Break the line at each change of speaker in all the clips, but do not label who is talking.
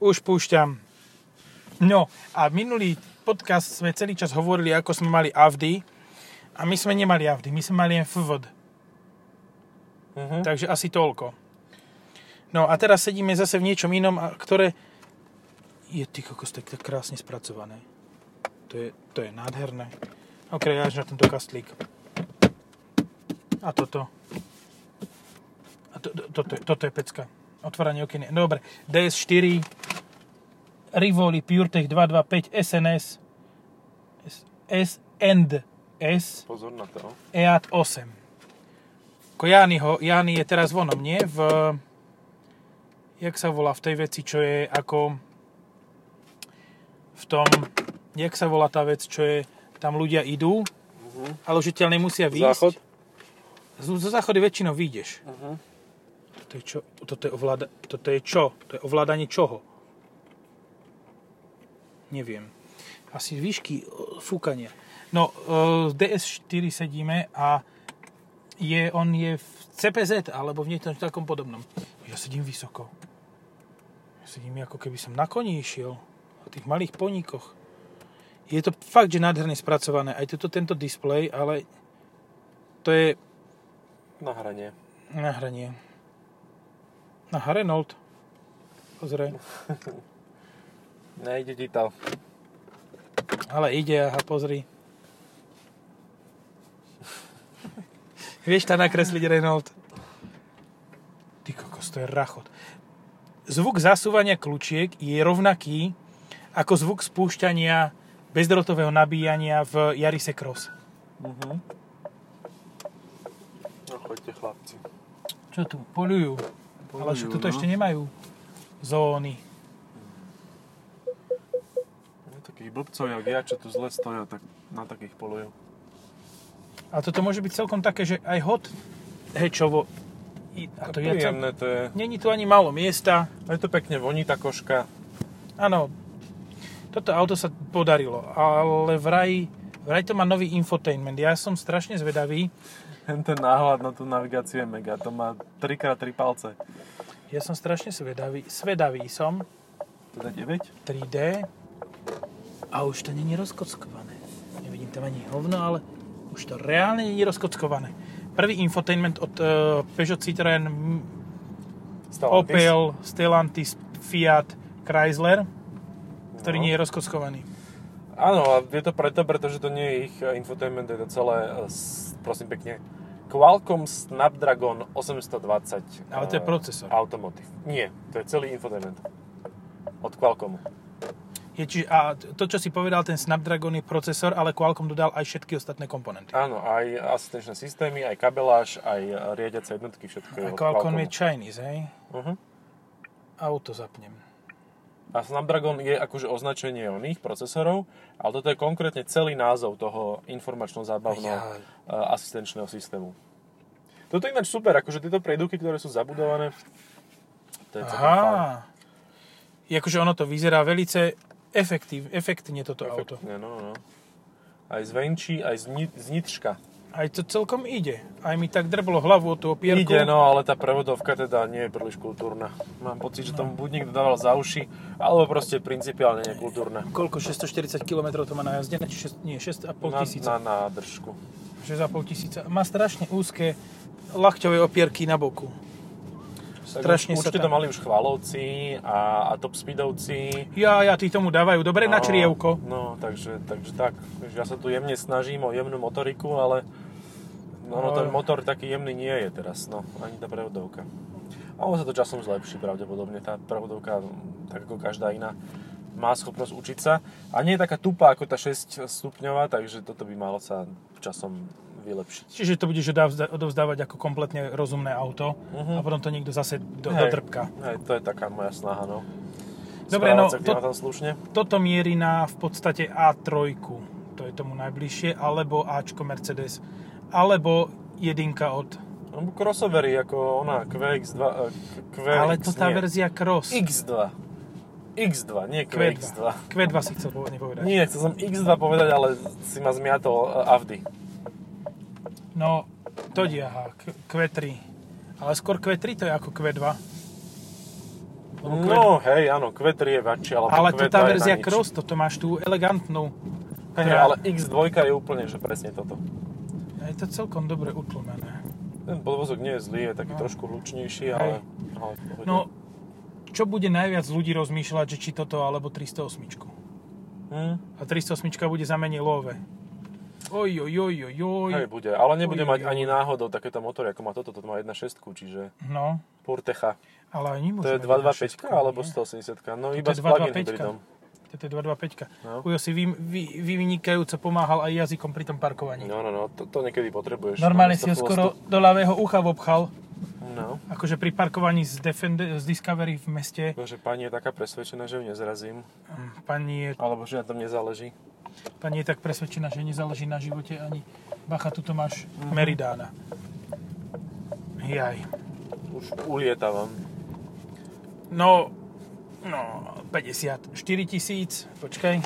Už púšťam. No a minulý podcast sme celý čas hovorili, ako sme mali avdy a my sme nemali avdy, my sme mali len fvd.
Mhm.
Takže asi toľko. No a teraz sedíme zase v niečom inom, a ktoré je ty kokos tak, tak krásne spracované. To je, to je nádherné. Ok, ja až na tento kastlík. A toto. A to, to, toto, je- toto je pecka. Otváranie okien. No, Dobre. DS4 Rivoli PureTech 225 SNS S- S and S E
Pozor na to.
EAT 8. Ko Jániho, Jáni je teraz vonom, nie? V, jak sa volá v tej veci, čo je ako v tom, jak sa volá tá vec, čo je, tam ľudia idú, ale už ťa nemusia výjsť.
Záchod?
Zo, zo záchody väčšinou vyjdeš.
Mhm.
Toto je čo? Toto je, ovláda, toto je čo? To je ovládanie čoho? Neviem. Asi výšky e, fúkania. No, e, v DS4 sedíme a je, on je v CPZ alebo v niečom takom podobnom. Ja sedím vysoko. Ja sedím ako keby som na koni išiel. Na tých malých poníkoch. Je to fakt, že nádherne spracované. Aj toto, tento displej, ale to je
Na hranie.
na hranie. Na Reynold. Pozrej.
Nejde ti to.
Ale ide, aha, pozri. Vieš tam nakresliť Reynold? Ty kokos, to je rachot. Zvuk zasúvania kľúčiek je rovnaký ako zvuk spúšťania bezdrotového nabíjania v Yarise Cross.
Mhm. No choďte chlapci.
Čo tu? no. Polujú. Ale však tuto ešte nemajú zóny.
No, takých blbcov, jak ja, čo tu zle stoja, tak na takých polujú.
A toto môže byť celkom také, že aj hot hečovo. I- A to je cel...
príjemné, to je.
Není tu ani málo miesta.
Aj to pekne voní tá koška.
Áno, toto auto sa podarilo, ale vraj, vraj to má nový infotainment. Ja som strašne zvedavý.
Ten náhľad na tú navigáciu je mega. To má 3x3 palce.
Ja som strašne zvedavý. Svedavý som.
Teda 9?
3D. A už to není rozkockované. Nevidím tam ani hovno, ale už to reálne není rozkockované. Prvý infotainment od eh, Peugeot Citroën M-
Stellantis.
Opel, Stellantis, Fiat, Chrysler, ktorý
No.
nie je rozkockovaný.
Áno, a je to preto, pretože to nie je ich e, infotainment, je to celé, e, s- prosím pekne, Qualcomm Snapdragon 820.
Ale to je
e,
procesor.
Automotive. Nie, to je celý infotainment. Od Qualcommu.
Je, či, a to, čo si povedal, ten Snapdragon je procesor, ale Qualcomm dodal aj všetky ostatné komponenty.
Áno, aj asistenčné systémy, aj kabeláž, aj e, riadiace jednotky, všetko je
A
od
Qualcomm je
Qualcommu.
Chinese, hej?
Mhm.
Auto zapnem.
A Snapdragon je akože označenie oných procesorov, ale toto je konkrétne celý názov toho informačno-zábavného
Jaj.
e, asistenčného systému. Toto je ináč super, akože tieto prejdúky, ktoré sú zabudované, to je celkom fajn.
Aha. Je akože ono to vyzerá velice efektív, efektne toto auto.
Efektne, no, no. Aj zvenčí, aj z, ni- z nička.
Aj to celkom ide. Aj mi tak drblo hlavu o tú opierku.
Ide, no, ale tá prevodovka teda nie je príliš kultúrna. Mám pocit, že tomu buď niekto dával za uši, alebo proste principiálne nekultúrna.
Koľko? 640 km to má najazdené? Či šest- nie, 6,5
Na,
tisíca.
na nádržku.
6,5 tisíca. Má strašne úzke lakťové opierky na boku. Strašne sa
Určite
tam-
to mali už chvalovci a, a top speedovci.
Ja, ja, tí tomu dávajú. Dobre, na
No,
črievko.
No, takže, takže tak. Vieš, Ja sa tu jemne snažím o jemnú motoriku, ale no, no,
No.
ten motor taký jemný nie je teraz, no, ani tá prevodovka. A on sa to časom zlepší pravdepodobne, tá prevodovka, mm, tak ako každá iná, má schopnosť učiť sa. A nie je taká tupá ako tá 6 stupňová, takže toto by malo sa časom vylepšiť.
Čiže to budeš odovzda- odovzdávať ako kompletne rozumné auto a
Mhm.
potom to niekto zase do,
Hej.
dodrbka.
Hej, to je taká moja snaha, no.
Dobre,
Správať
no
sa k
to,
klimatom slušne.
toto mierí na v podstate A3, to je tomu najbližšie, alebo Ačko Mercedes, alebo jedinka od...
Alebo crossovery, ako ona, QX2, eh, Q- QX,
Ale to tá
nie.
verzia Cross.
X2. X2, nie QX2.
Q2. Q2 si chcel povedať, nepovedať.
Nie, chcel som X2 povedať, ale si ma zmiatol uh, Avdy.
No, to diaha, Q- Q3. Ale skôr Q3 to je ako Q2. Lebo kvet-
No, hej, áno, kvetrievači, alebo
ale to
kvet
tá
je na
verzia
nič.
Cross, toto máš tú elegantnú.
Hej,
ktorá-
ale X2 je úplne, že presne toto.
Je to celkom dobre utlmené.
Ten podvozok nie je zlý, je taký
No.
trošku
Hej.
hlučnejší, ale... ale v pohode.
No, čo bude najviac ľudí rozmýšľať, že či toto alebo 308?
Hm?
A 308 bude za menej love. Oj, oj, oj, oj, oj.
Hej, bude, ale nebude
Oj,
mať
oj, oj.
ani náhodou takéto motory, ako má toto, toto má 1.6, čiže
No,
Portecha.
ale aj nemôžeme.
To je 225 alebo
100.
180, no
je
iba s plug-in
225.
hybridom.
To je 225.
No.
Ujo si vy, vy, vy vynikajúco pomáhal aj jazykom pri tom parkovaní.
No, no, no, to, to niekedy potrebuješ.
Normálne
Namiesto
si ho
chvostu.
skoro do ľavého ucha vopchal,
No,
akože pri parkovaní z, Defender, z Discovery v meste.
že pani je taká presvedčená, že ju nezrazím,
Pani je,
alebo že na tom nezáleží.
pani je tak presvedčená, že nezáleží na živote ani bacha, tuto máš Meridána. Jaj.
Už ulietávam.
No, no, 54 tisíc, počkaj,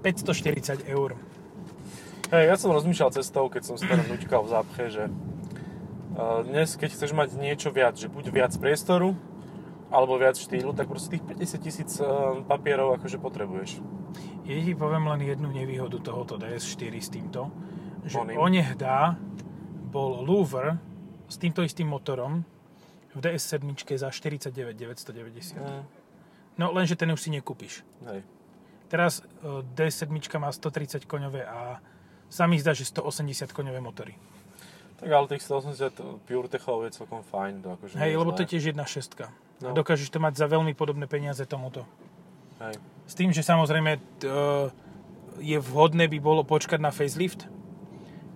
540 eur.
Hej, ja som rozmýšľal cestou, keď som si teda nuťkal v zápche, že eh, dnes, keď chceš mať niečo viac, že buď viac priestoru, alebo viac štýlu, tak proste tých 50 tisíc eh, papierov akože potrebuješ.
Ja ti poviem len jednu nevýhodu tohoto DS4 s týmto, že
Oným.
onehdá bol Louvre s týmto istým motorom v DS7 za 49 990.
Mm.
No lenže ten už si nekúpiš.
Hej.
Teraz e, DS7 má 130 koňové a sa mi zdá, že 180 koňové motory.
Tak ale tých 180 pure techov je celkom fajn. To akože nie
Hej, lebo to
zlé.
je tiež jedna šestka. A
No.
dokážeš to mať za veľmi podobné peniaze tomuto.
Hej.
S tým, že samozrejme t- e, je vhodné by bolo počkať na facelift,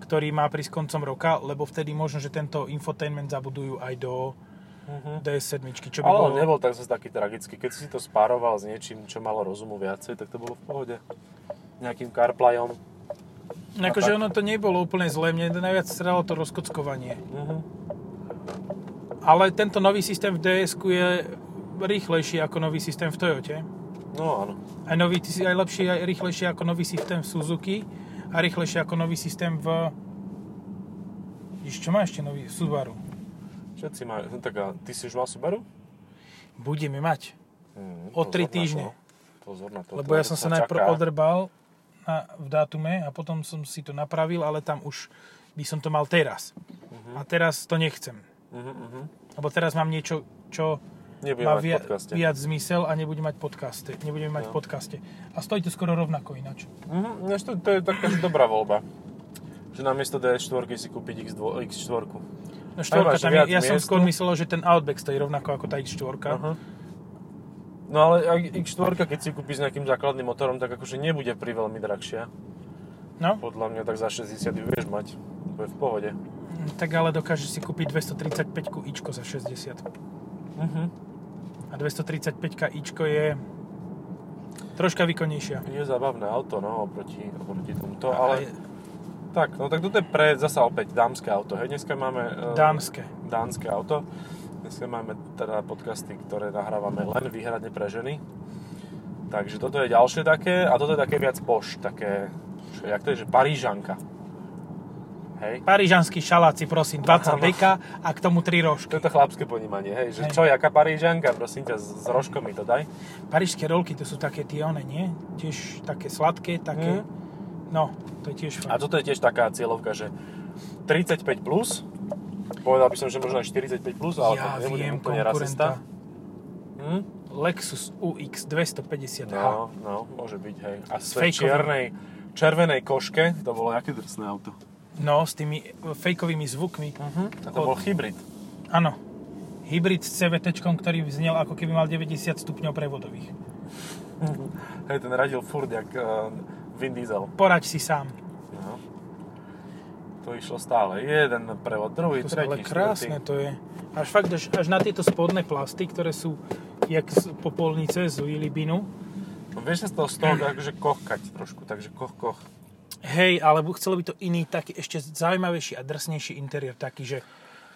ktorý má prísť koncom roka, lebo vtedy možno, že tento infotainment zabudujú aj do
Mhm.
DS7, čo by
Ale
bolo...
on nebol tak zase taký tragický. Keď si to spároval s niečím, čo malo rozumu viacej, tak to bolo v pohode. Nejakým carplayom.
No akože
tak.
ono to nebolo úplne zlé, mne najviac stralo to rozkockovanie.
Mhm.
Ale tento nový systém v ds je rýchlejší ako nový systém v Toyote.
No áno.
Aj, nový, aj lepší, aj rýchlejší ako nový systém v Suzuki a rýchlejší ako nový systém v... Ježiš, čo má ešte nový? Subaru.
Všetci majú. No, tak a ty si už mal Subaru?
Budeme mať.
Mm,
O tri
pozor na to.
týždne.
Pozor na to.
Lebo
to
ja som sa najprv
čaká.
odrbal na, v dátume a potom som si to napravil, ale tam už by som to mal teraz. A teraz to nechcem.
Mhm, mhm.
Lebo teraz mám niečo, čo
Nebudem
má
mať
via,
podcaste.
viac zmysel a nebudem mať podcaste. Nebudem mať
No.
v podcaste. A stojí to skoro rovnako ináč.
Mhm, než to, to je taká že dobrá voľba. Že namiesto DS4 si kúpiť X2, X4.
No štvorka
máš
tam je,
viac
ja som
miestu?
skôr myslel, že ten Outback stojí rovnako ako tá X4.
Aha. No ale ak X4, keď si kúpiš s nejakým základným motorom, tak akože nebude pri veľmi drahšia.
No,
Podľa mňa tak za 60 ju vieš mať. To je v pohode.
tak ale dokáže si kúpiť 235 ičko za 60.
Mhm.
A 235 ičko je troška výkonnejšia.
Je zabavné auto, no, oproti, oproti tomuto,
A
ale
je
tak, no tak toto je pre zasa opäť dámske auto, hej, dneska máme... e,
Dánske.
dánske auto. Dneska máme teda podcasty, ktoré nahrávame len výhradne pre ženy. Takže toto je ďalšie také a toto je také viac poš, také, že, jak to je, že Parížanka. Hej?
Parížanský šaláci, prosím, 20
Áno.
deka a k tomu 3
To
rožky.
je to chlapské ponímanie, hej, že
Hej.
čo, jaká Parížanka, prosím ťa, s, s rožkom mi to daj.
Parížské rolky, to sú také tie one, nie? Tiež také sladké, také...
Mm.
No, to je tiež
A
fajn.
toto je tiež taká cieľovka, že 35 plus, povedal by som, že možno aj 45 plus, ale
Ja
to
viem
nebudem úplne rasista.
konkurenta.
Hm?
Lexus UX 250H.
No, no, môže byť, hej. A
S
s tej
fejkovým-
čiernej, červenej koške, to bolo aké drsné auto.
No, s tými e, fejkovými zvukmi.
Uh-huh. A to
Od-
bol hybrid.
Áno. Hybrid s CVT, ktorý znel ako keby mal 90 stupňov prevodových.
Hej, ten radil furt jak uh, Vin Diesel.
Poraď si sám.
No. To išlo stále. Jeden prevod, druhý,
To sú ale
tretí,
krásne
štvrtý.
to je. Až fakt, až, až na tieto spodné plasty, ktoré sú jak z popolnice z Wilibinu.
No, vieš sa z toho, z toho akože kochkať trošku, takže koch, koch.
Hej, ale bu- chcelo by to iný, taký ešte zaujímavejší a drsnejší interiér, taký, že,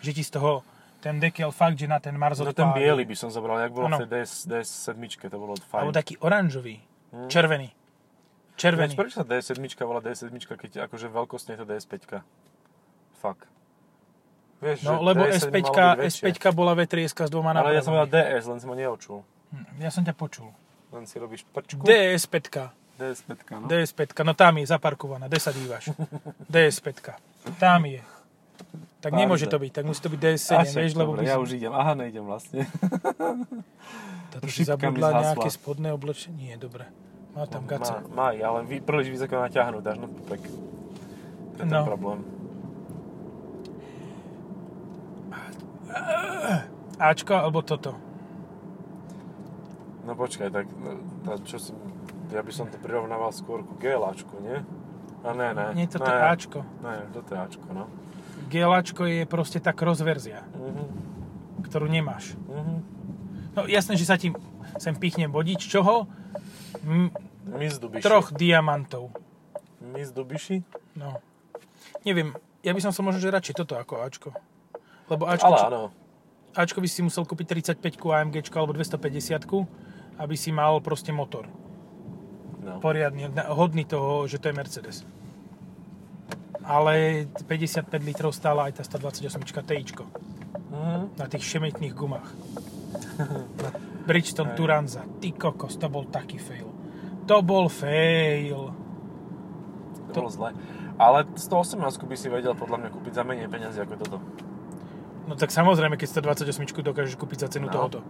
že ti z toho ten dekel fakt, že na ten Mars
No ten
odpáli.
biely by som zobral, jak bolo
Áno.
v tej DS, DS7, to bolo
Alebo
fajn.
taký oranžový, červený. Červený.
Ináč, Prečo sa DS7 volá DS7, keď akože veľkostne je to DS5? Fuck. Vieš,
No,
že
lebo
DS7
S5,
malo byť väčšie.
S5 bola vetrieska s dvoma
Ale ja som povedal
nápravami.
DS, len som ho neočul.
Hm, Ja som ťa počul.
Len si robíš prčku.
DS5.
DS5, no.
DS5, no tam je zaparkovaná, kde sa dívaš? DS5, tam je. Tak
Pardon.
nemôže to byť, tak musí to byť DS7,
A však,
vieš, lebo
dobre,
by
ja
som-
už idem. Aha, nejdem vlastne.
Táto si
šipka mi
zabudla
zhasla.
nejaké spodné oblečenie, nie, dobre. Má tam gace.
Má, má, ale vy, príliš vysoko naťahnú, dáš na pupek. To je ten
No.
problém.
Ačko alebo toto?
No počkaj, tak no, a čo si, ja by som to prirovnával skôr ku GLAčku, nie? A ne, ne.
Nie, toto
ne,
je Ačko.
Ne, toto je Ačko, no.
Gelačko je proste tá cross verzia,
Mhm,
ktorú nemáš.
mhm.
No jasné, že sa ti sem pichne bodič, čoho? M-
Mizdu Biši.
troch diamantov.
Mizdu Biši.
No. Neviem, ja by som sa možno že radšej toto ako Ačko. Lebo Ačko,
Ale
čo-
áno.
Ačko by si musel kúpiť 35 AMG alebo 250 aby si mal proste motor.
No.
Poriadny, na- hodný toho, že to je Mercedes. Ale 55 litrov stála aj tá 128 TIčko
Mhm.
na tých šemetných gumách. Na Bridgestone Turanza. Ty kokos, to bol taký fail. To bol fail.
To bolo zle. Ale 118 by si vedel podľa mňa kúpiť za menej peniazy ako toto.
No tak samozrejme, keď 128 dokážeš kúpiť za cenu
No.
tohoto.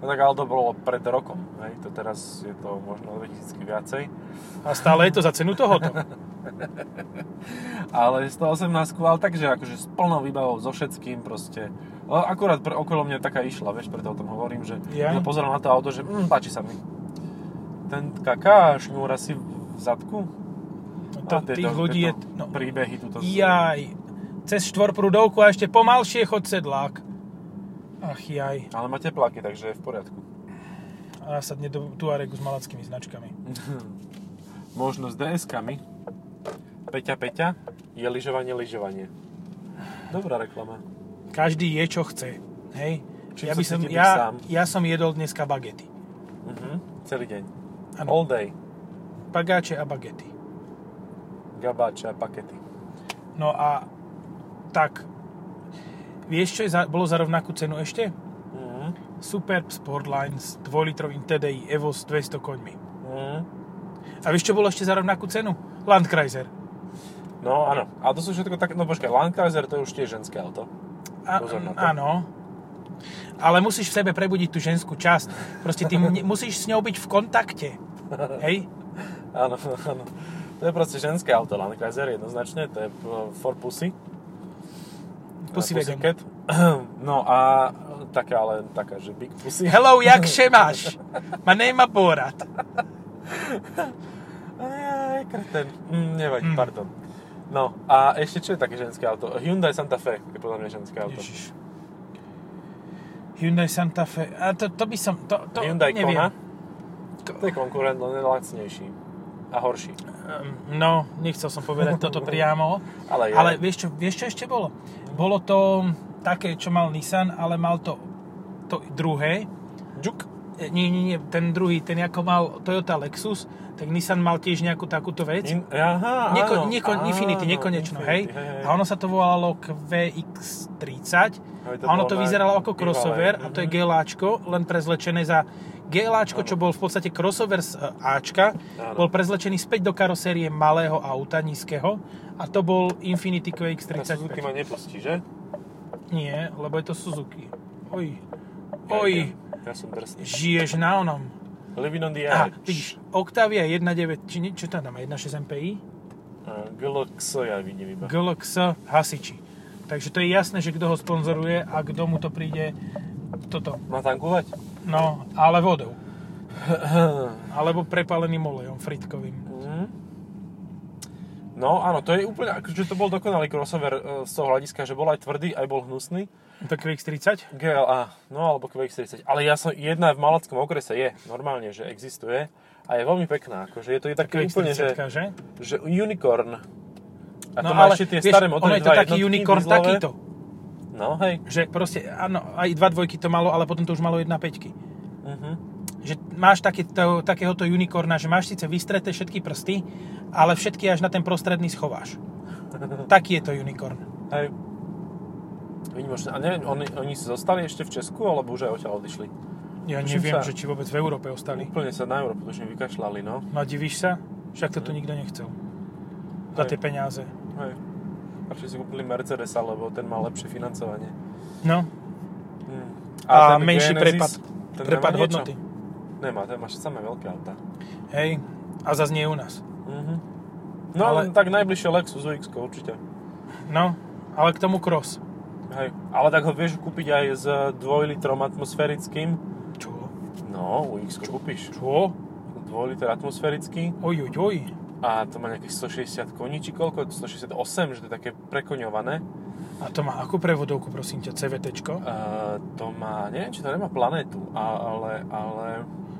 No tak ale to bolo pred rokom, hej? To teraz je to možno 2000 viacej.
A stále je to za cenu tohoto.
Ale 118, ale takže akože s plnou výbavou, so všetkým proste. O, Akurát pre, okolo mňa taká išla, vieš, preto o tom hovorím, že
Ja?
ja pozerám na to auto, že mm, páči sa mi. Ten kaká šňúra si v zadku.
No to,
A tieto-
tých ľudí je...
tieto
No,
Príbehy tuto.
jaj. Cez štvorprúdovku a ešte pomalšie chod sedlák. Ach jaj.
Ale má tepláky, takže je v poriadku.
A nasadne do Tuaregu s malackými značkami.
Možno s DS-kami. Peťa, Peťa, je lyžovanie, lyžovanie. Dobrá reklama.
Každý je, čo chce. Hej?
Čím
Ja,
sa
by som,
cíti byť
ja,
sám.
ja som jedol dneska bagety.
Mhm. Celý deň.
Ano,
All day.
pagáče a bagety.
Gabáče a pakety.
No a tak, vieš, čo je za, bolo za rovnakú cenu ešte?
Mhm.
Superb Sportline s 2-litrovým TDI Evo s 200 koňmi.
Mhm.
A vieš, čo bolo ešte za rovnakú cenu? Landkreiser.
No áno, a to sú všetko také, no počkaj, Landkreiser to je už tiež ženské auto.
A,
Pozor na to.
áno. Ale musíš v sebe prebudiť tú ženskú časť. Proste ty ne- musíš s ňou byť v kontakte. Hej?
Áno, áno. To je proste ženské auto, Landkreiser jednoznačne, to je eh, for pussy.
Pussy
Eh,
vegan.
pussycat. No a taká, ale taká, že big pussy.
Hello, jak še máš? Ma nema borat.
Aj, krten. Mm, nevadí, mm. pardon. No a ešte čo je také ženské auto? Hyundai Santa Fe je podľa mňa ženské auto.
Ježiš. Hyundai Santa Fe. A to, to by som... To, to
Hyundai
neviem.
Kona. To je konkurent, len je lacnejší a horší.
Ehm, No, nechcel som povedať toto priamo.
Ale je.
Ale vieš čo, vieš čo ešte bolo? Bolo to také, čo mal Nissan, ale mal to, to druhé.
Juk.
E, Nie, nie, nie, ten druhý, ten ako mal Toyota Lexus, tak Nissan mal tiež nejakú takúto vec.
In, aha,
Neko,
áno,
neko,
áno,
Infinity, nekonečno, hej?
Infinity, hej, hej.
A ono sa to volalo QX30
Hej, to
a ono
bolo
to
na
vyzeralo ako
bývalej,
crossover a to je
mhm.
GLAčko, len prezlečené za GLAčko, čo bol v podstate crossover z e, Ačka,
Áno.
bol prezlečený späť do karosérie malého auta, nízkeho a to bol Infinity
Na Suzuki ma
QX35.
nepustí, že?
Nie, lebo je to Suzuki. Oj,
Ja idem.
oj,
Ja som drsný.
žiješ na onom.
Living on the
Á,
edge.
vidíš, Octavia 1.9, či nie, čo tam dáme, 1.6 MPI,
A GLX Eh, ja vidím iba.
GLX, hasiči. Takže to je jasné, že kto ho sponzoruje a kto mu to príde toto.
Má tankovať?
No, ale vodou. Alebo prepáleným olejom fritkovým.
Mhm. No áno, to je úplne, akože to bol dokonalý crossover e, z toho hľadiska, že bol aj tvrdý, aj bol hnusný.
To QX30?
GLA, no alebo QX40. Ale ja som, jedna v malackom okrese je, normálne, že existuje a je veľmi pekná. Akože je to je také úplne, že,
QX30, že?
že unicorn. A
No
to má
ale
ešte tie
vieš,
staré
ono
modely,
je to
dva
taký
jednotky,
unicorn
dieselové.
takýto.
No hej.
Že proste, áno, aj dva dvojky to malo, ale potom to už malo jedna peťky.
Mhm.
že máš takéto, takéhoto unicorna, že máš síce vystreté všetky prsty, ale všetky až na ten prostredný schováš. Taký je to unicorn.
Hej. Výnimočné. A neviem, oni, oni si zostali ešte v Česku, alebo už aj odtiaľ odišli?
Ja
Tuším
neviem,
sa.
že či vôbec v Európe ostali.
Úplne sa na Európu tuším vykašľali, no.
No a divíš sa? Však to tu nikto nechcel. Za
Hej.
tie peniaze.
Hej. Radšej si kúpili Mercedesa, lebo ten mal lepšie financovanie.
No,
Hmm.
A
ten
menší prepad.
ten
prepad
nemá Teda niečo?
hodnoty.
Nemá, ten máš samé veľké auta.
Hej, a zase nie u nás.
Mhm. No
Ale-
ale tak najbližšie Lexus UX určite.
No, ale k tomu cross.
Hej. Ale tak ho vieš kúpiť aj s dvojlitrom atmosférickým.
Čo?
No, UX kúpiš.
Čo?
Dvojliter atmosférický
Oj, oj, oj.
a to má nejakých 160 koní, či koľko? 168, že to je také prekoňované.
A to má akú prevodovku, prosím ťa, CVTčko?
Uh, to má, neviem, či to nemá planétu, a, ale, ale...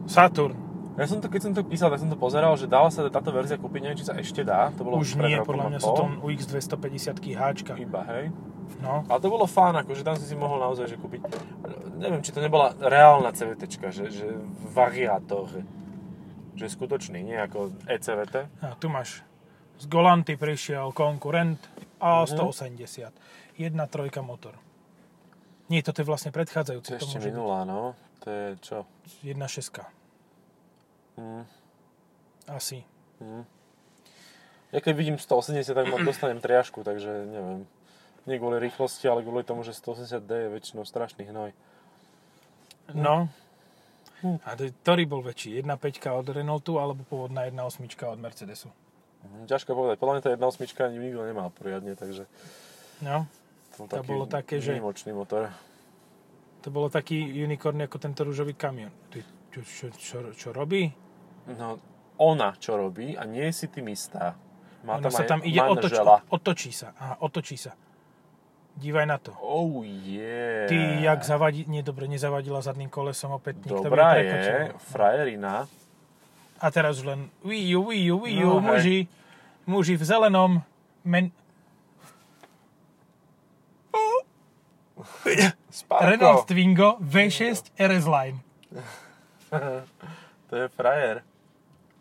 Saturn.
Ja som to, keď som to písal, tak som to pozeral, že dala sa táto verzia kúpiť, neviem, či sa ešte dá. To bolo
Už nie,
pred rokom a
podľa mňa sú
pol.
to UX 250 háčka.
Iba, hej.
No,
Ale to bolo fán, akože tam si si mohol naozaj že kúpiť. Neviem, či to nebola reálna CVT, že, že variátor. Že skutočný, nie ako E ECVT.
a tu máš. Z Golanty prišiel konkurent
Mhm.
A180. 1.3 motor. Nie, toto je vlastne
To je
predchádzajúce. To môže
ešte
byť
minulá, no. To je čo?
1.6.
Hm.
Asi.
Hm. Ja keď vidím 180, tak mám, dostanem triašku, takže neviem. Nie kvôli rýchlosti, ale kvôli tomu, že 180D je väčšinou strašný hnoj.
No.
Hm.
A to- ktorý bol väčší? 1.5 od Renaultu alebo pôvodná 1.8 od Mercedesu?
Hm, Ťažko povedať. Podľa mňa tá jedna osmička ani nikto nemal poriadne, takže
No.
to, bol
To bolo také, že-
výnimočný motor.
To bolo taký unicorn ako tento rúžový kamion. Ty, čo, čo, čo, čo robí?
No, ona čo robí a nie si tým istá. Má
Ona sa
aj
tam ide otoč,
manžela.
otočí sa. Aha, otočí sa. Dívaj na to.
Oh yeah.
Ty, jak zavadí... Nie, dobre, nezavadila zadným kolesom opäť. Nikto by
Dobrá
prekočil.
je, frajerina.
A teraz už len... Wii U, Wii U, Wii U,
No, hej.
muži. Muži v zelenom. Men... Renault
Spárko,
Twingo V6 RS Line.
to je frajer.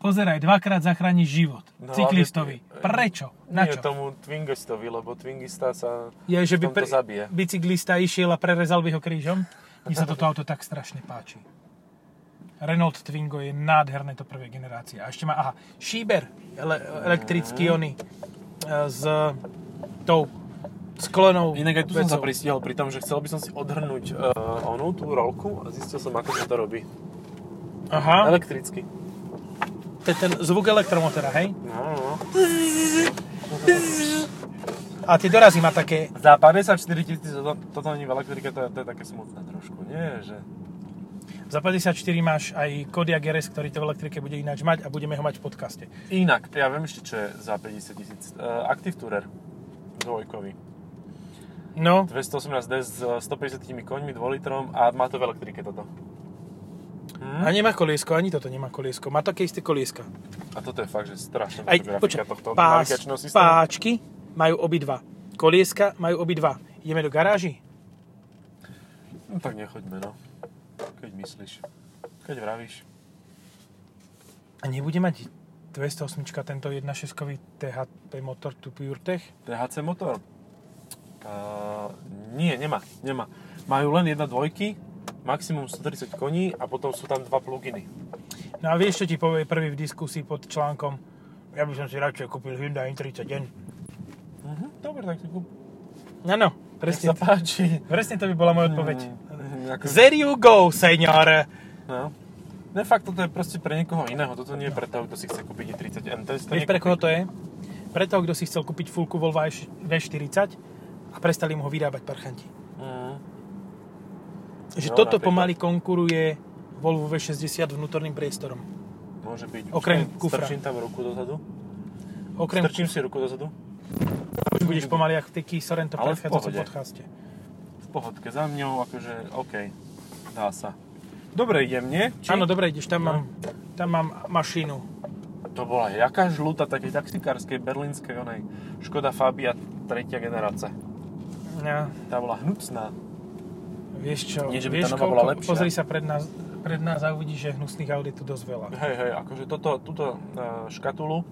Pozeraj, dvakrát zachrániš život.
No,
Cyklistovi.
ale-
Prečo? Na čo?
Nie tomu Twingistovi, lebo Twingista sa
Je, že by
v tomto zabije.
bicyklista išiel a prerezal by ho krížom. Mne sa toto auto tak strašne páči. Renault Twingo je nádherné to prvé generácie. A ešte má, aha, šíber ele- elektrický
Mhm.
oný e, s tou sklonou.
Inak aj tu som sa
vecou.
pristihol pri tom, že chcel by som si odhrnúť uh, onú tú rolku a zistil som, ako sa to robí.
Aha,
Elektricky.
to je ten zvuk elektromotora, hej?
No, no.
A tie dorazy má také,
Za 54 tisíc toto, toto nie je v elektrike, to, je- to je také smutné trošku, nie? Že...
za 54 máš aj Kodiaq RS, ktorý to v elektrike bude ináč mať a budeme ho mať v podcaste.
Inak, ja viem ešte, čo je za 50 tisíc. Uh, Active Tourer, dvojkový.
No,
218D s eh, 150 koňmi, 2 litrom a má to v elektrike toto.
a
Hm?
nemá koliesko, ani toto nemá koliesko. Má také isté kolieska.
A toto je fakt, že strašná
Aj,
fotografia
počkaj,
tohto
pás,
navigačného systému.
páčky majú obidva. Kolieska majú obidva. Ideme do garáži?
No tak nechoďme, no. Keď myslíš. Keď vravíš.
A nebude mať 208 tento 1.6 THP motor tu PureTech?
THC motor? Uh, nie, nemá, nemá. Majú len jedna dvojky, maximum 130 koní a potom sú tam dva pluginy.
No a vieš, čo ti povie prvý v diskusii pod článkom? Ja by som si radšej kúpil Hyundai i30N.
Mhm, dobre, tak si kúp.
Áno,
Nech sa
No, presne, Mhm. to,
páči.
presne to by bola moja odpoveď.
Mm, ako-
There you go, senior!
No. Ne, fakt, toto je proste pre niekoho iného. Toto nie je pre toho, kto si chce kúpiť 30 M. To je to
Vieš,
nie-
pre koho to je? Pre toho, kto si chcel kúpiť fulku Volvo V40 a prestali mu ho vyrábať parchanti.
Mm.
Že
No,
toto
napríklad.
pomaly konkuruje Volvo V60 vnútorným priestorom.
Môže byť.
Okrem
Strčím-
kufra.
Strčím tam ruku dozadu.
Okrem,
Strčím si ruku dozadu.
už budeš pomaly ako v tej Kia Sorento v
Ale v
predchádzajúcom
pohode.
podcaste.
V pohodke za mňou, akože OK. Dá sa. Dobre, idem, nie? Či-
Áno, dobre, ideš, tam,
No.
mám, tam mám mašinu.
To bola jaká žlúta takej taxikárskej berlínskej onej Škoda Fabia tretia generácia.
Ja,
Tá bola hnusná.
vieš čo,
Nie, že by
vieš
tá nová bola lepšia.
pozri sa pred nás, pred nás a uvidíš, že hnusných aut je tu dosť veľa.
Hej, hej, akože toto, túto eh, škatulu,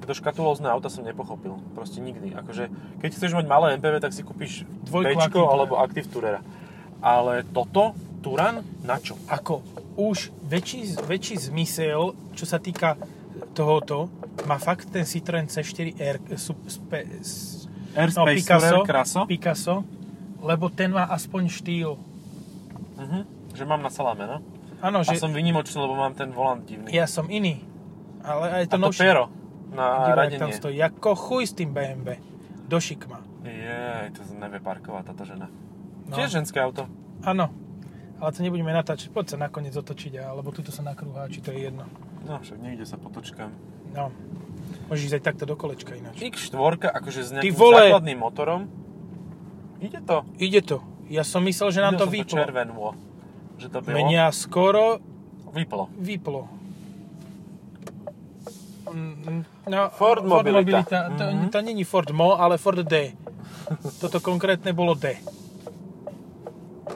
tieto škatulózne auta som nepochopil. Proste nikdy. Akože, keď chceš mať malé MPV, tak si kúpiš
Dvojku
Pčko
Active.
alebo Active Tourera. Ale toto, Turan, na čo?
Ako už väčší, väčší zmysel, čo sa týka tohoto, má fakt ten Citroen C4 R, sup- spe- s- no,
Airspace
Picasso,
Tourer Kraso.
Picasso, lebo ten má aspoň štýl.
Mhm. Že mám na salame, no?
Áno, že
Že... A som vynimočný, lebo mám ten volant divný.
ja som iný, ale aj
A
to
to
novšie.
pero na
Divaj, jak
radenie.
tam stojí. Ako chuj s tým BMW. Do šikma.
Jej, to sa nevie parkovať táto žena.
No.
No. Tiež ženské auto.
Áno. Ale to nebudeme natáčať. Poď sa nakoniec otočiť, alebo tuto sa nakrúha, či to je jedno.
No však niekde sa potočkám.
No. Môžeš ísť aj takto do kolečka ináč.
X4, akože s nejakým
vole!
základným motorom. Ide to.
Ide to. Ja som myslel, že nám
Videl
to
som
vyplo.
červenú. Že to bylo.
Mňa skoro
Vyplo.
vyplo. Mm, No,
Ford Mobilita.
To,
Mhm.
to není Ford Mo, ale Ford D. Toto konkrétne bolo D.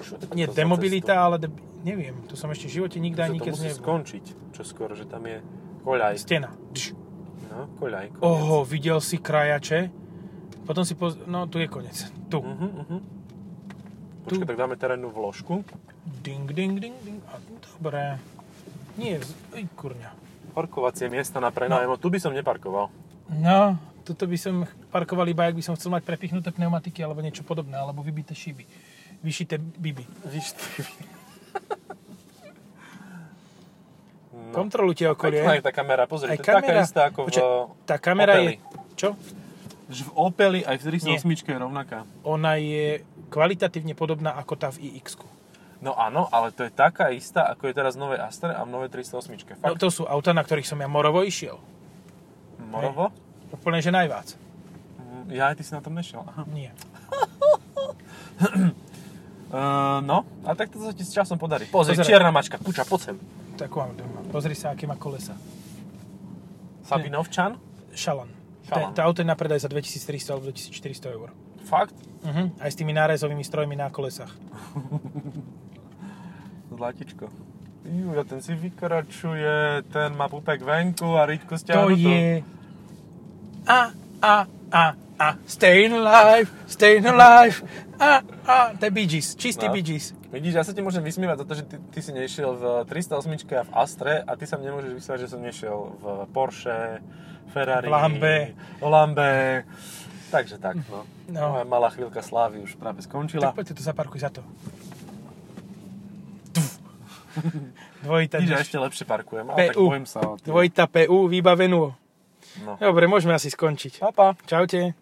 Čo je
Nie
to za
demobilita, ale de... neviem. Tu som ešte v živote
cestu?
nikdy
Že
ani
to
keď
musí
nebol.
skončiť. Čo skoro, že tam je koľaj.
Stena. Dž.
No, koľaj. koniec.
Oho, videl si krajače? Potom si poz... No, tu je konec. Tu.
Mhm, mhm. Počkaj,
Tu.
tak dáme terénnu vložku.
Ding, ding, ding, ding. A, dobré. Nie, z- Ej, kurňa.
Parkovacie miesta na prenájmo. Tu by som neparkoval.
No, toto by som parkoval iba, ak by som chcel mať prepichnuté pneumatiky alebo niečo podobné, alebo vybité šiby. Vyšité biby.
Víš, ty... No.
Kontrolujte
Pekná
okolie.
je tá kamera, pozri,
Aj
to je taká
kamera-
istá ako v...
Počkaj, Tá kamera
Opeli.
je... Čo?
Že v Opeli aj v
308
je rovnaká.
Ona je kvalitatívne podobná ako tá v iX.
No áno, ale to je taká istá, ako je teraz v novej Astre a v novej 308
No,
Fakt,
to sú auta, na ktorých som ja morovo išiel. No,
morovo?
Úplne, že najvác.
Mm, Ja aj ty si na tom nešiel. Aha.
Nie.
Uh, no, a tak to sa ti s časom podarí. Pozri,
Pozeraj.
čierna mačka, kuča, poď sem.
Takú mám doma. Pozri sa, aké má kolesa.
Sabinovčan?
Šalan.
Šalan.
Tá auto je na predaj za 2300 alebo 2400 eur.
Fakt?
Uh-huh. Aj s tými nárezovými strojmi na kolesách.
Zlatičko. Jú, ten si vykračuje, ten má pupek venku a riťku
no To
stiahnutú.
je... A, a, a, a. Stay alive, stay alive. A, a. To je Bee Gees. Čistý no.
No.
Bee Gees.
Vidíš, ja sa ti môžem vysmievať za to, že ty, ty si nešiel v 308 a v Astre a ty sa mne môžeš vysmievať, že som nešiel v Porsche, Ferrari,
Lambe.
Lambe. Takže tak, no.
No.
Moja malá chvíľka slávy už práve skončila.
Tak poďte tu zaparkuj za to. Tuf. Dvojita,
Vidíš, že
dž-
ešte lepšie parkujem, ale tak
PU.
bojím sa o tým.
dvojita PU vybavenú.
No.
Dobre, môžeme asi skončiť.
Pa, pa.
Čaute.